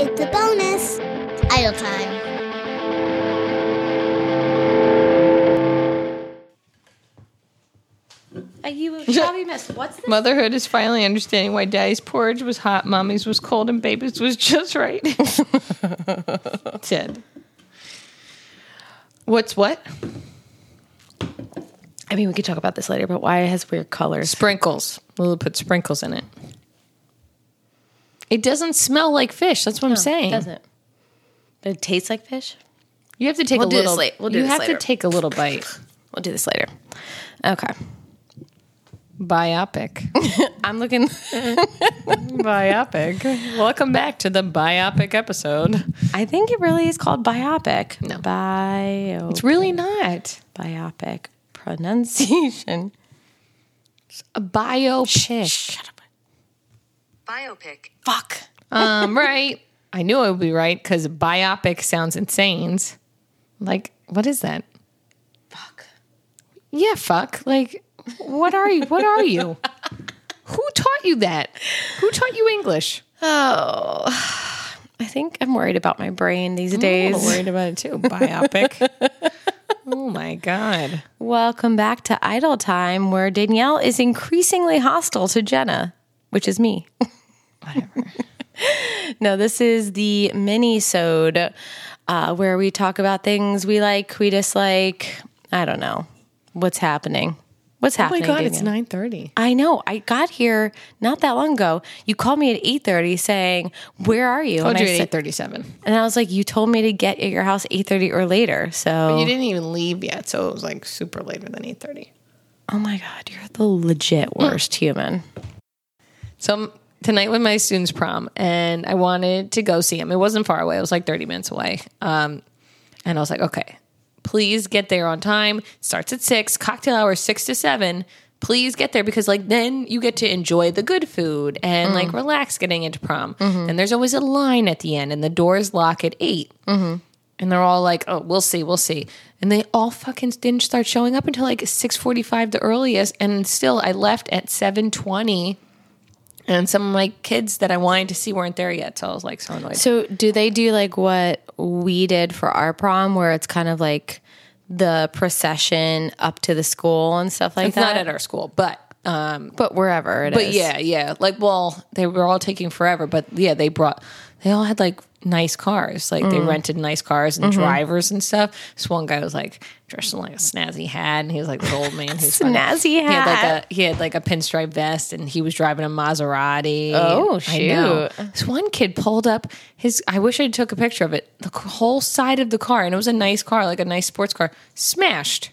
It's a bonus. Idle time. Uh, you shall be missed. What's this? Motherhood is finally understanding why daddy's porridge was hot, mommy's was cold, and baby's was just right. Ted. What's what? I mean, we could talk about this later, but why it has weird colors? Sprinkles. Lulu put sprinkles in it. It doesn't smell like fish. That's what I'm saying. Doesn't. But it tastes like fish. You have to take We'll a do this little. late- we'll do you this have later. to take a little bite. We'll do this later. Okay. Biopic. I'm looking. biopic. Welcome back to the biopic episode. I think it really is called biopic. No. Bio. It's really not biopic pronunciation. a biopic. Biopic. Fuck. um, right. I knew I would be right because biopic sounds insane. Like, what is that? Fuck. Yeah, fuck. Like, what are you? What are you? Who taught you that? Who taught you English? Oh. I think I'm worried about my brain these I'm days. worried about it too. Biopic. oh my god. Welcome back to Idle Time, where Danielle is increasingly hostile to Jenna, which is me. Oh Whatever. no, this is the mini-sode uh, where we talk about things we like, we dislike. I don't know what's happening. What's Oh happening? Danielle? nine thirty. I know. I got here not that long ago. You called me at eight thirty, saying, "Where are you?" Told and you I at said- eight thirty-seven. and I was like, "You told me to get at your house eight thirty or later." So, You didn't even leave yet, so it was like super later than eight thirty. oh my god, you're the legit worst human. So I'm- tonight was my students' prom, and I wanted to go see him. It wasn't far away; it was like 30 minutes away. Um, and I was like, okay, please get there on time. Starts at six. Cocktail hour is six to seven. Please get there because like then you get to enjoy the good food and like Mm-hmm. relax getting into prom. And there's always a line at the end, and the doors lock at 8 Mm-hmm. And they're all like, "Oh, we'll see, we'll see." And they all fucking didn't start showing up until like six forty-five, the earliest. And still, I left at seven twenty and some of my kids that I wanted to see weren't there yet, so I was like so annoyed. So, do they do like what we did for our prom, where it's kind of like the procession up to the school and stuff like it's that? not at our school, but um, but wherever it is. but yeah, yeah. Like, well, they were all taking forever, but yeah, they brought. They all had like nice cars, like Mm-hmm. they rented nice cars and drivers and stuff. This one guy was like dressed in like a snazzy hat, and he was like this old man. He's Snazzy He had hat. like a he had like a pinstripe vest, and he was driving a Maserati. Oh, I know. This one kid pulled up his. I wish I took a picture of it. The c- whole side of the car, and it was a nice car, like a nice sports car, smashed.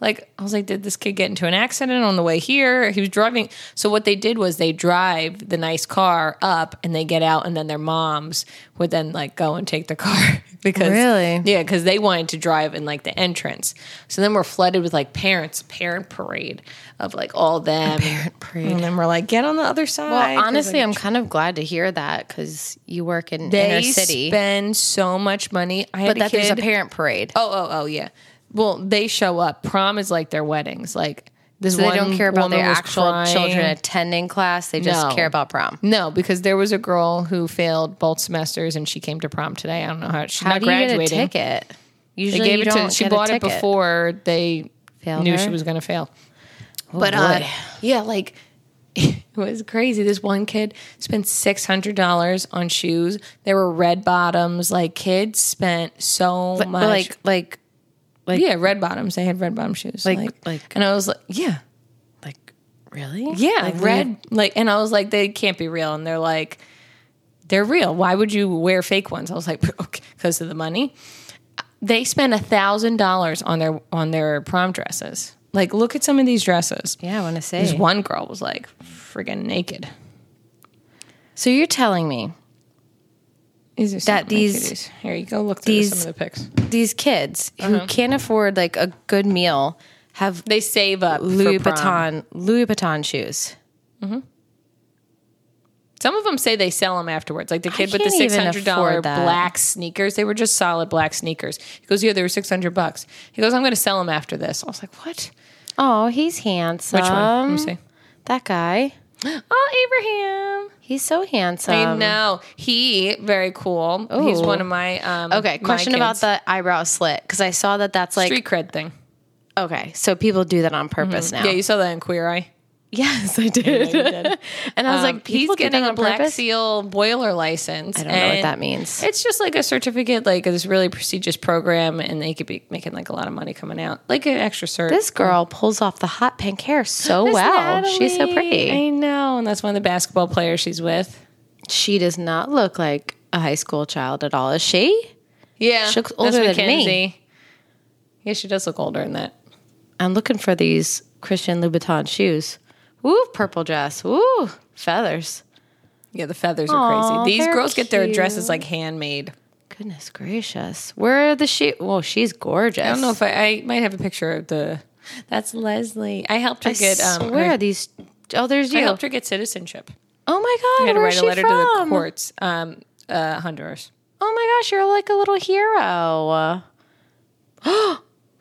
Like I was like, did this kid get into an accident on the way here? He was driving. So what they did was they drive the nice car up, and they get out, and then their moms would then like go and take the car because Really? yeah, because they wanted to drive in like the entrance. So then we're flooded with like parents, parent parade of like all them. parent parade. And then we're like, get on the other side. Well, 'cause, honestly, like, I'm kind of glad to hear that because you work in they inner city, spend so much money. but I had a that there's a kid. parent parade. Oh, oh, oh, yeah. Well, they show up. Prom is like their weddings. Like this so they one don't care about woman their was actual children crying. attending class. They just No. care about prom. No, because there was a girl who failed both semesters, and she came to prom today. I don't know how she's How not do graduating. you get a ticket? They Usually, gave you it to. don't She get a bought it ticket. before they Failed knew her? Oh, she was going to fail. but uh, boy. yeah, like it was crazy. This one kid spent six hundred dollars on shoes. There were red bottoms. Like kids spent so But, but, much. like, like, like, yeah, red bottoms. They had red bottom shoes. Like- like- and I was like, yeah, like, really? yeah, Like, red. like, and I was like, they can't be real. And they're like, they're real. Why would you wear fake ones? I was like, because of the money. They spent a thousand dollars on their on their prom dresses. Like, look at some of these dresses. Yeah, I want to This say. one girl was like friggin' naked. so you're telling me Is there That something I these- could use? here you go look through these- some of the pics. these kids who can't afford like a good meal have They save up Louis for prom. Vuitton Louis Vuitton shoes. Some of them say they sell them afterwards. Like the kid with the can't even six hundred dollar afford that. black sneakers, they were just solid black sneakers. He goes, "Yeah, they were six hundred bucks." He goes, "I'm going to sell them after this." I was like, "What?" Oh, he's handsome. Which one? Let me see. That guy. Oh, Abraham. He's so handsome. I know. He very cool. He's Um, Ooh. one of my um Okay, my question about kids. the eyebrow slit because I saw that that's like street cred thing. okay, so people do that on purpose now. Mm-hmm. Yeah, you saw that in Queer Eye. yes, I did. and I was Um, like, people he's do that getting a on Black purpose? Seal boiler license. I don't know what that means. It's just like a certificate, like this really prestigious program, and they could be making like a lot of money coming out, like an extra cert. This girl pulls off the hot pink hair so Miss well. She's so Natalie. pretty. I know, and that's one of the basketball players she's with. she does not look like a high school child at all, is she? Yeah, She looks older than me. Yeah, she does look older than that. I'm looking for these Christian Louboutin shoes. Woo, purple dress. Woo, feathers. Yeah, the feathers are Aw, crazy. These they're girls get their cute. dresses like handmade. Goodness gracious. Where are the shoes? Well, she's gorgeous. I don't know if I, I might have a picture of the. That's Leslie. I helped her I get. Um, swear her- these. Oh, there's I you. helped her get citizenship. Oh my I God, had to where's write a she letter from? to the courts. Um, uh, Honduras. Oh my gosh, you're like a little hero.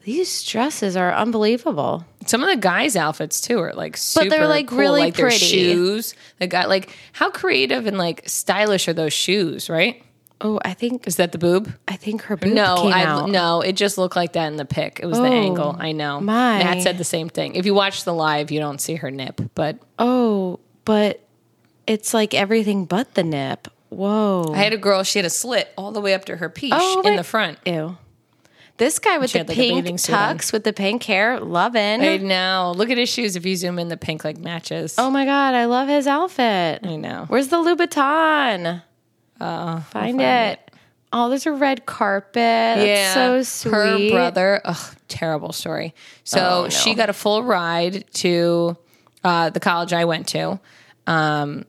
These dresses are unbelievable. Some of the guys' outfits too are like super. they're, like, cool, really like, their pretty. shoes. They got like how creative and like stylish are those shoes? Right? Oh, I think Is that the boob? I think her boob No, came I out. no. It just looked like that in the pic. It was the Oh, angle. I know. my. Matt said the same thing. If you watch the live, you don't see her nip, but Oh, but it's like everything but the nip. Whoa. I had a girl. She had a slit all the way up to her peach Oh, in my- the front. Ew. This guy with She the had, like, a pink bathing suit on. tux with the pink hair, loving. I know. Look at his shoes. If you zoom in, the pink like matches. oh my god, I love his outfit. I know. Where's the Louboutin? Uh-uh, Oh, find, it. Oh, there's a red carpet. Yeah, That's so Her sweet. Oh, brother, ugh, terrible story. So no. she got a full ride to uh, the college I went to. Um,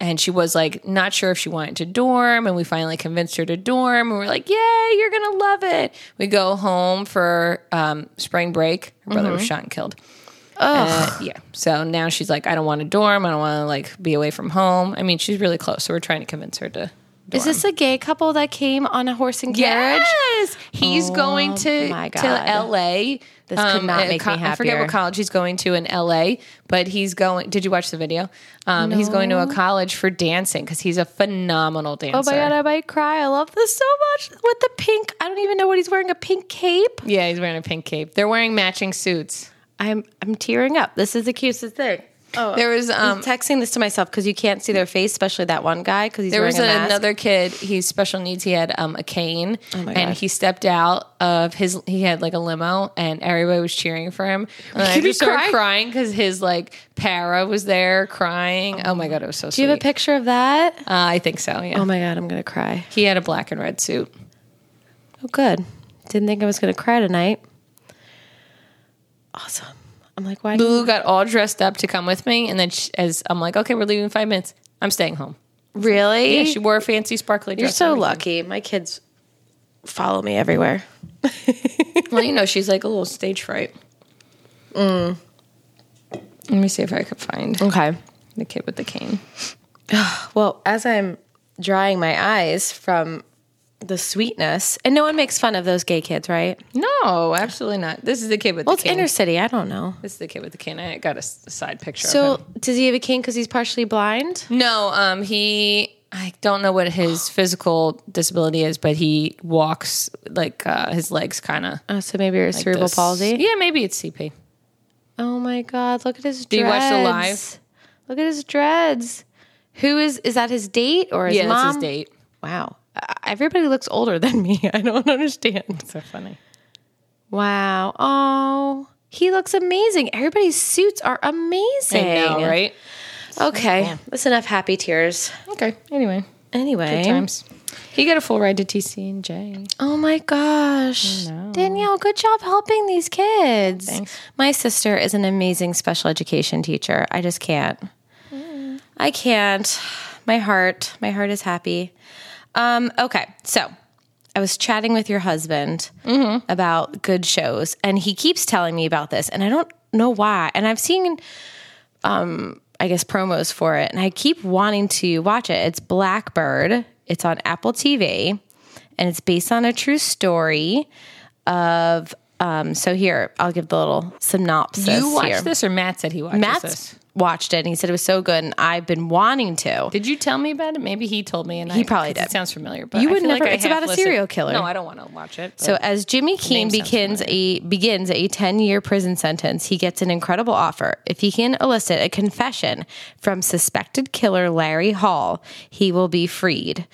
and she was like, not sure if she wanted to dorm. And we finally convinced her to dorm. And we're like, yay, you're going to love it. We go home for um, spring break. Her brother Mm-hmm. was shot and killed. Uh, yeah. So now she's like, I don't want to dorm. I don't want to like be away from home. I mean, she's really close. So we're trying to convince her to. Is this a gay couple that came on a horse and carriage? Oh Yes, he's going to my to God. L.A. This could not uh, make me I forget what happier. college he's going to in L.A. But he's going. Did you watch the video? Um, He's going to a college for dancing because he's a phenomenal dancer. Oh my god, I might cry. I love this so much. With the pink, I don't even know what he's wearing. A pink cape. Yeah, he's wearing a pink cape. They're wearing matching suits. I'm I'm tearing up. This is the cutest thing. Oh, There was um, I'm texting this to myself because you can't see their face, especially that one guy because he's there wearing was a mask. Oh another kid. He's special needs. He had um, a cane, my and God. he stepped out of his. He had like a limo, and everybody was cheering for him. And I Did he just started cry? crying because his like para was there crying. Oh, my god, it was so. Do you have a picture of that? Uh, I think so. Yeah, Oh my god, I'm gonna cry. he had a black and red suit. Oh good. Didn't think I was gonna cry tonight. Awesome. I'm like, why? Lulu got all dressed up to come with me, and then she, as I'm like, okay, we're leaving in five minutes. I'm staying home. really? Yeah, she wore a fancy sparkly dress. You're so and lucky. My kids follow me everywhere. everything. Well, you know, she's like a little stage fright. Mm. Let me see if I could find Okay. the kid with the cane. Well, as I'm drying my eyes from the sweetness, and no one makes fun of those gay kids, right? No, absolutely not. This is the kid with Well, the it's cane. inner city. I don't know. this is the kid with the cane. I got a s- side picture. of him. So, does he have a cane because he's partially blind? No, um, he. I don't know what his physical disability is, but he walks like uh, his legs kind of Oh, so maybe it's cerebral this- palsy. Yeah, maybe it's CP. Oh my God! Look at his. you watch dreads. the Look at his dreads. Who is is that? His date or his yeah, mom? that's his date. Wow, Uh, everybody looks older than me. I don't understand. So funny. Wow. Oh, he looks amazing. Everybody's suits are I amazing. know, right? Okay, that's enough happy tears. Okay. Anyway, Anyway, times. He got a full ride to TC and J. Oh my gosh. Danielle, good job helping these kids. Thanks. My sister is an amazing special education teacher. I just can't. I can't. My heart, my heart is happy. Um, okay, so I was chatting with your husband Mm-hmm. about good shows, and he keeps telling me about this, and I don't know why. And I've seen, um, I guess, promos for it, and I keep wanting to watch it. It's Blackbird. It's on Apple TV, and it's based on a true story of Um, so here, I'll give the little synopsis. You watched here. this, or Matt said he watched Matt's this? watched it and he said it was so good, and I've been wanting to. Did you tell me about it? Maybe he told me, and He I- probably 'cause did. It sounds familiar, but You I would feel like never- I it's about have a listened- serial killer. No, I don't want to watch it. So So as Jimmy Keene sounds begins a begins a 10-year prison sentence, he gets an incredible offer. If he can elicit a confession from suspected killer Larry Hall, he will be freed.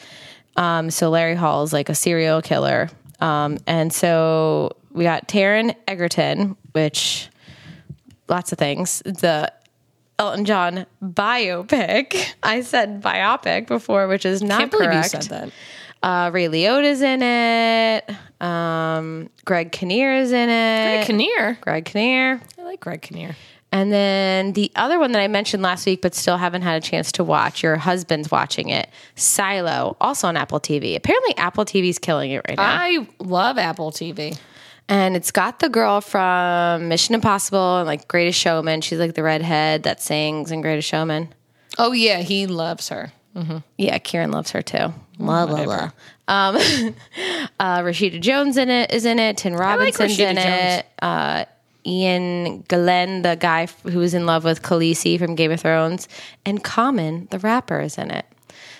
Um, so Larry Hall is like a serial killer. Um, and so we got Taryn Egerton, which lots of things. The Elton John biopic. I said biopic before, which is not I can't believe correct. you said that. Uh, Ray Liotta's in it. Um, Greg Kinnear is in it. Greg Kinnear. Greg Kinnear. Eh, I like Greg Kinnear. And then the other one that I mentioned last week, but still haven't had a chance to watch. Your husband's watching it. Silo, also on Apple TV. Apparently, Apple TV's killing it right now. I love Apple TV. and it's got the girl from Mission Impossible and like Greatest Showman. She's like the redhead that sings in Greatest Showman. Oh yeah, he loves her. Yeah, Kieran loves her too. Blah blah blah. Um, uh, Rashida Jones in it is in it. Tim like Robinson's in Rashida it. Uh, Ian Glenn, the guy f- who was in love with Khaleesi from Game of Thrones, and Common, the rapper, is in it.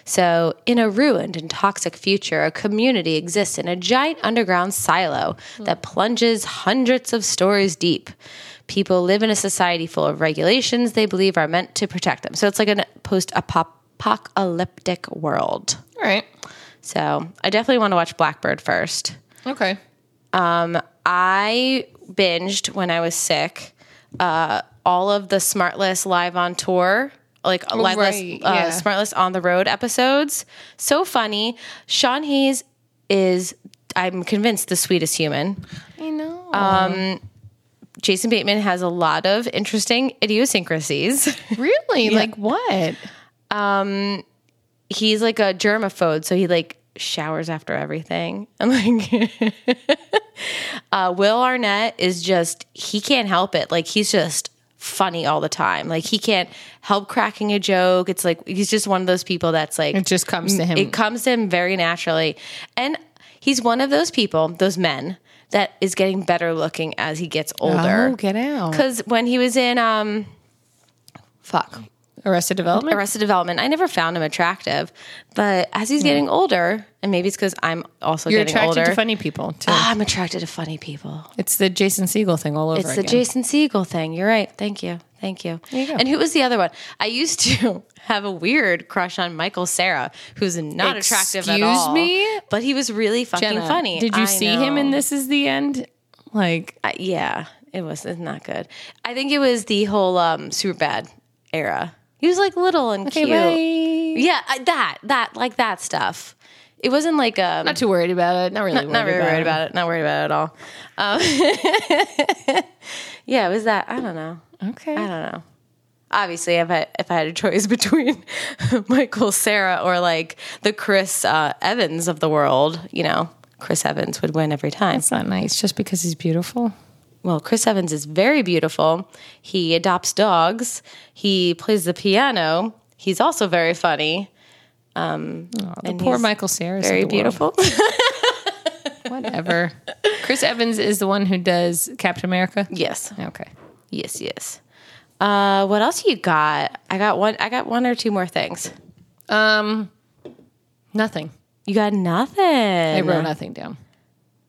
So, in a ruined and toxic future, a community exists in a giant underground silo that plunges hundreds of stories deep. People live in a society full of regulations they believe are meant to protect them. So, it's like a post apocalyptic world. All right. So, I definitely want to watch Blackbird first. Okay. I binged when I was sick uh, all of the Smartless live on tour, like live Oh, right, uh, yeah. Smartless on the road episodes. So funny. Sean Hayes is, I'm convinced, the sweetest human. Um, I know. Jason Bateman has a lot of interesting idiosyncrasies. really? Like what? He's like a germaphobe, so he like showers after everything. I'm like, uh, Will Arnett is just he can't help it. Like he's just funny all the time. Like he can't help cracking a joke. It's like he's just one of those people that's like It just comes to him. it comes to him very naturally. And he's one of those people, those men, that is getting better looking as he gets older. Oh, get out. Because when he was in um fuck. Arrested Development. Arrested Development. I never found him attractive, but as he's getting older, and maybe it's because I'm also Hmm. You're getting attracted older. to funny people. Too. Ah, I'm attracted to funny people. it's the Jason Siegel thing all over It's the again. Jason Siegel thing. You're right. Thank you. Thank you. you go. And who was the other one? I used to have a weird crush on Michael Sarah, who's not attractive at Excuse all. me? But he was really fucking Jenna, funny. Did you I see him in know. This Is the End? Like I- yeah, it was it's not good. I think it was the whole um, super bad era. He was like little and cute. bye. Yeah, I- that that like that stuff. It wasn't like um, not too worried about it. Not really. not really worried about it. Not worried about it at all. Um, yeah, it was that. I don't know. it. Okay. I don't know. Obviously, if I if I had a choice between Michael Sarah or like the Chris uh, Evans of the world, you know, Chris Evans would win every time. It's not nice just because he's beautiful. Well, Chris Evans is very beautiful. He adopts dogs. He plays the piano. He's also very funny. Oh, the And poor he's Michael Cera. Very beautiful. Whatever. Chris Evans is the one who does Captain America. yes. Okay. Yes, yes. Uh, what else you got? I got one. I got one or two more things. Um, nothing. You got nothing. I wrote nothing down.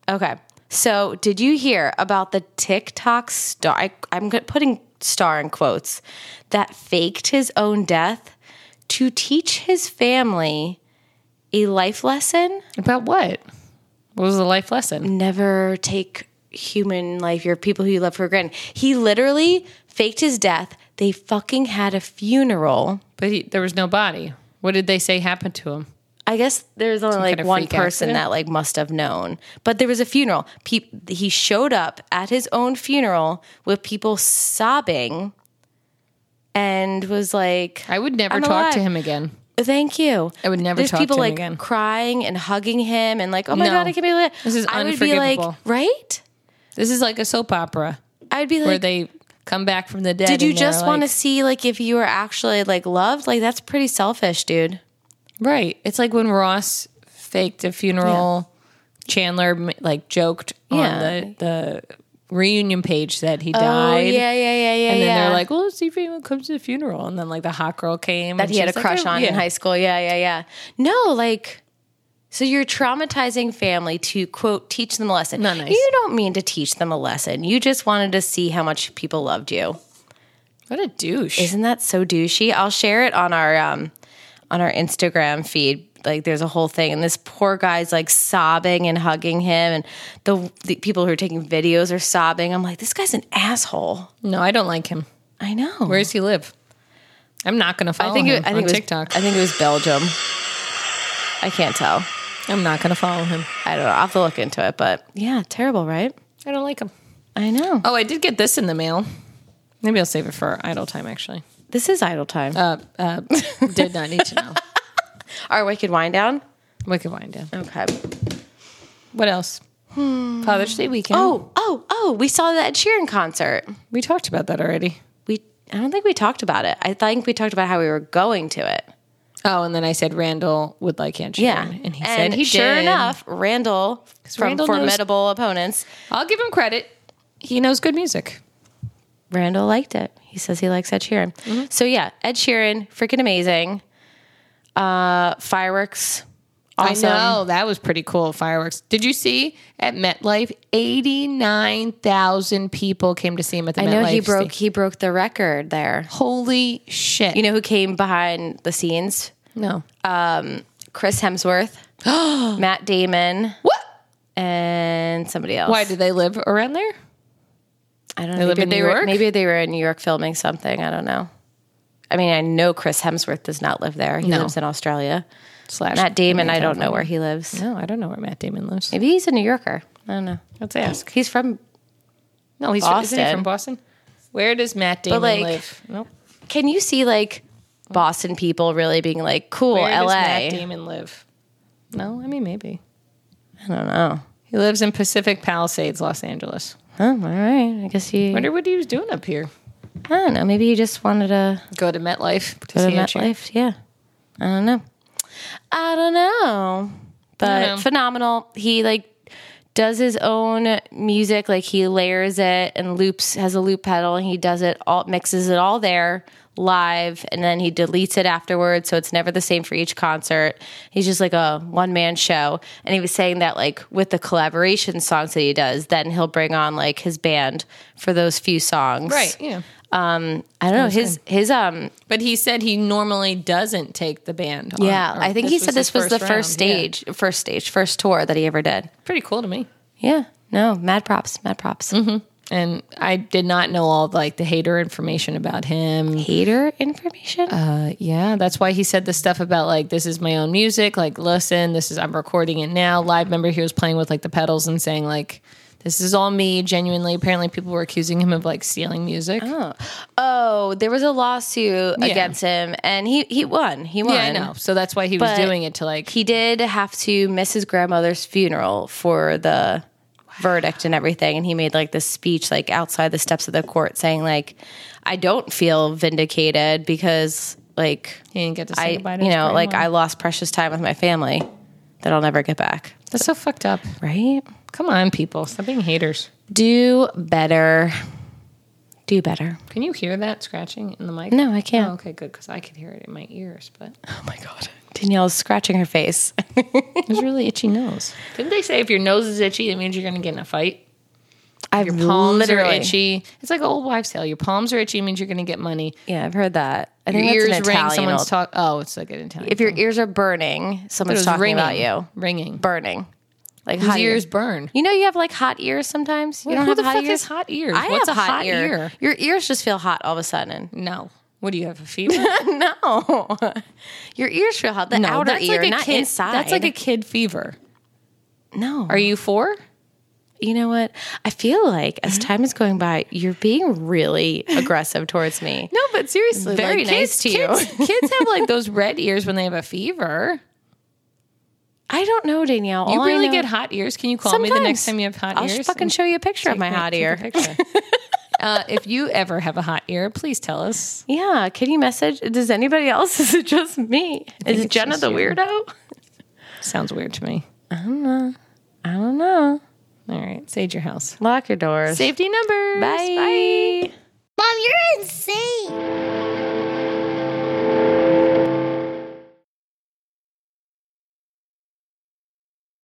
Okay. So, did you hear about the TikTok star? I, I'm go- putting star in quotes that faked his own death to teach his family a life lesson. About what? What was the life lesson? Mm. never take human life, your people who you love for granted. He literally faked his death. They fucking had a funeral. But he, there was no body. What did they say happened to him? I guess there's only like kind of one freak person accident? that like must have known, but there was a funeral. Pe- he showed up at his own funeral with people sobbing, and was like, I would never I'm talk to alive. him again. Thank you. I would never There's talk people to him like again. crying and hugging him and like, oh my No. god, I can't believe it. This is I would be like, unforgivable. right? This is like a soap opera I would be like, where they come back from the dead. Did you and they're just want to like- see like if you were actually like loved? Like that's pretty selfish, dude. Right. It's like when Ross faked a funeral. Chandler like joked Yeah. Oh, on the the reunion page that he died. yeah, yeah, yeah, yeah, And then yeah. they're like, well, let's see if anyone comes to the funeral. And then like the hot girl came that and he had a she's like, crush oh, on yeah. in high school. Yeah, yeah, yeah. No, like, so you're traumatizing family to quote teach them a lesson. Not nice. You don't mean to teach them a lesson. You just wanted to see how much people loved you. What a douche. Isn't that so douchey? I'll share it on our um on our Instagram feed. Like there's a whole thing, and this poor guy's like sobbing and hugging him, and the, the people who are taking videos are sobbing. I'm like, this guy's an asshole. no, I don't like him. I know. Where does he live? I'm not going to follow I think him it, I think it on was TikTok. I think it was Belgium. I can't tell. I'm not going to follow him. I don't know. I'll have to look into it. But yeah, terrible, right? I don't like him. I know. Oh, I did get this in the mail. Maybe I'll save it for idle time, actually. This is idle time. Uh, uh, did not need to know. Our wicked wind down. Wicked wind down. Okay. What else? Father's Day weekend. Hmm. Oh, oh, oh! We saw that Ed Sheeran concert. we talked about that already. We I don't think we talked about it. I think we talked about how we were going to it. Oh, and then I said Randall would like Ed Sheeran, Yeah, and he said he sure did. enough, Randall from Randall knows- formidable opponents. I'll give him credit. He knows good music. Randall liked it. He says he likes Ed Sheeran. Mm-hmm. So yeah, Ed Sheeran, freaking amazing. Uh, fireworks, awesome. I know that was pretty cool. Fireworks. Did you see at MetLife? Eighty nine thousand people came to see him at the. I know he MetLife broke stage. he broke the record there. Holy shit! You know who came behind the scenes? no. Chris Hemsworth, Matt Damon, what? and somebody else. Why do they live around there? I don't They know. live Maybe in New were York? maybe they were in New York filming something. I don't know. I mean, I know Chris Hemsworth does not live there. He No. lives in Australia. Slash Matt Damon, I don't know where he lives. No, I don't know where Matt Damon lives. Maybe he's a New Yorker. I don't know. Let's ask. He's from. No, he's from, isn't he Boston. from Boston. Where does Matt Damon like, live? Nope. Can you see like Boston people really being like cool Where does LA? Matt Damon live? No, I mean maybe I don't know. he lives in Pacific Palisades, Los Angeles. Oh, all right. I guess he. Wonder what he was doing up here. I don't know. Maybe he just wanted to Go to MetLife. To go to see Ed Sheeran. MetLife. Yeah. I don't know. I don't know. But I don't know. phenomenal. He like does his own music. Like he layers it and loops, has a loop pedal, and he does it all, mixes it all there live, and then he deletes it afterwards. So it's never the same for each concert. He's just like a one man show. And he was saying that like with the collaboration songs that he does, then he'll bring on like his band for those few songs. Right. Yeah. I don't know. His, his, um, But he said he normally doesn't take the band. on- Yeah, or I think he was said this his was the round, first yeah. stage, first stage, first tour that he ever did. Pretty cool to me. Yeah, no, mad props, mad props. And I did not know all like the hater information about him. Hater information. Uh, yeah, that's why he said the stuff about like this is my own music. Like, listen, this is I'm recording it now. Live. Remember, he was playing with like the pedals and saying like. This is all me, genuinely. Apparently, people were accusing him of like stealing music. oh, there was a lawsuit Yeah. against him, and he he won. He won. yeah, I know. So that's why he was But doing it to like He did have to miss his grandmother's funeral for the verdict and everything, and he made like this speech like outside the steps of the court saying like, "I don't feel vindicated because like." he didn't get to say I, goodbye to you his know, like grandma. I lost precious time with my family that I'll never get back. that's so fucked up. Right? Come on, people, stop being haters. Do better. Do better. Can you hear that scratching in the mic? No, I can't. Oh, okay, good, because I could hear it in my ears, but Oh my God. Danielle's scratching her face. it was really itchy nose. Didn't they say if your nose is itchy, it means you're going to get in a fight? I've Your palms literally, are itchy. It's like an old wives' tale. Your palms are itchy, it means you're going to get money. Yeah, I've heard that. I Your think ears that's an ring. Italian Someone's old- talking. Oh, it's like an Italian. If your ears are burning, someone's talking about you. ringing. Burning. Like His hot ears ears. burn. You know you have like hot ears sometimes? You Well, don't who have the hot fuck ears? has hot ears? I What's have a hot, hot ear. ear? Your ears just feel hot all of a sudden. No. What do you have a fever? No. Your ears feel hot. The no, outer ear, not kid. inside. That's like a kid fever. no. Are you four? you know what? I feel like as Mm-hmm. time is going by, you're being really aggressive towards me. No, but seriously, Very like, nice kids, to you. Kids, kids have like those red ears when they have a fever. I don't know, Danielle. You All I really know- get hot ears. Can you call me the next time you have hot I'll ears? fucking show you a picture of my hot ear. uh, if you ever have a hot ear, please tell us. Yeah. Can you message? Does anybody else? Is it just me? think Is it's Jenna just the you. weirdo? Sounds weird to me. I don't know. All right. Sage your house. Lock your doors. Safety numbers. Bye. Mom, you're insane.